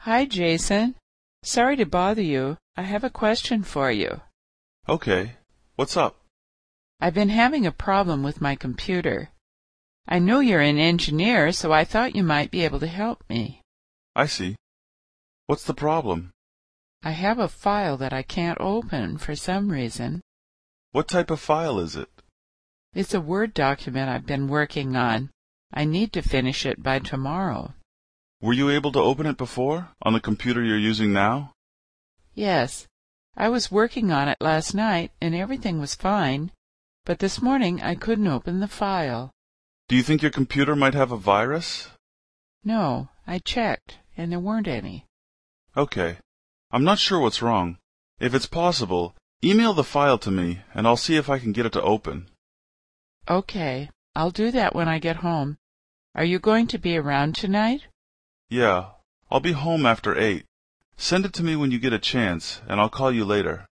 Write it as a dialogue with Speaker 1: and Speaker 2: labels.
Speaker 1: Hi, Jason. Sorry to bother you. I have a question for you.
Speaker 2: Okay. What's up?
Speaker 1: I've been having a problem with my computer. I know you're an engineer, so I thought you might be able to help me.
Speaker 2: I see. What's the problem?
Speaker 1: I have a file that I can't open for some reason.
Speaker 2: What type of file is it?
Speaker 1: It's a Word document I've been working on. I need to finish it by tomorrow.
Speaker 2: Were you able to open it before on the computer you're using now?
Speaker 1: Yes. I was working on it last night and everything was fine, but this morning I couldn't open the file.
Speaker 2: Do you think your computer might have a virus?
Speaker 1: No, I checked and there weren't any.
Speaker 2: Okay. I'm not sure what's wrong. If it's possible, email the file to me and I'll see if I can get it to open.
Speaker 1: Okay, I'll do that when I get home. Are you going to be around tonight?
Speaker 2: Yeah. I'll be home after eight. Send it to me when you get a chance and I'll call you later.